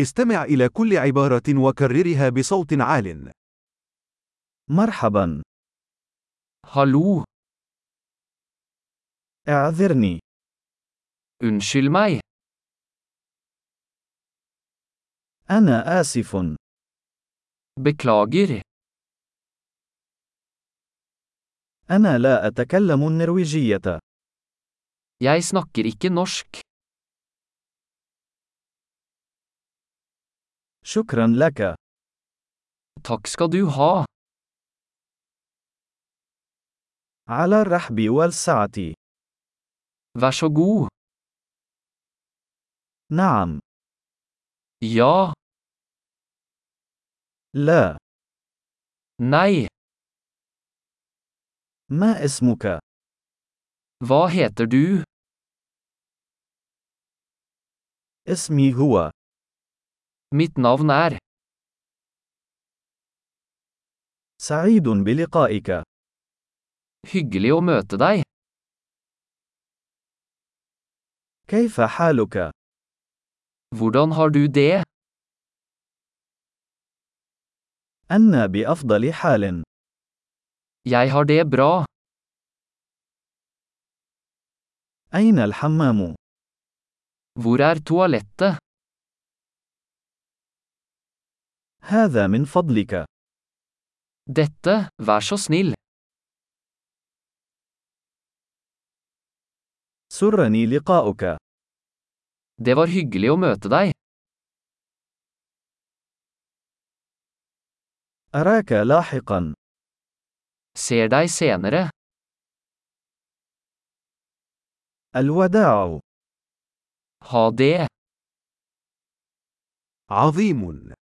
استمع إلى كل عبارة وكررها بصوت عال. مرحبا Hallo, اعذرني unnskyld meg. انا اسف Beklager, انا لا اتكلم النرويجيه jeg snakker ikke norsk. شكرا لك Takk skal du ha. على الرحب والسعه Vær så god. نعم Ja, لا nei, ما اسمك hva heter du? اسمي هو Mitt navn er. سعيد بلقائك Hyggelig å møte deg. كيف حالك Hvordan har du det? انا بافضل حال Jeg har det bra. اين الحمام Hvor er toalettet? هذا من فضلك Dette, vær så snill. سرني لقاؤك Det var hyggelig å møte deg. اراك لاحقا Ser deg senere. الوداع Ha det. عظيم!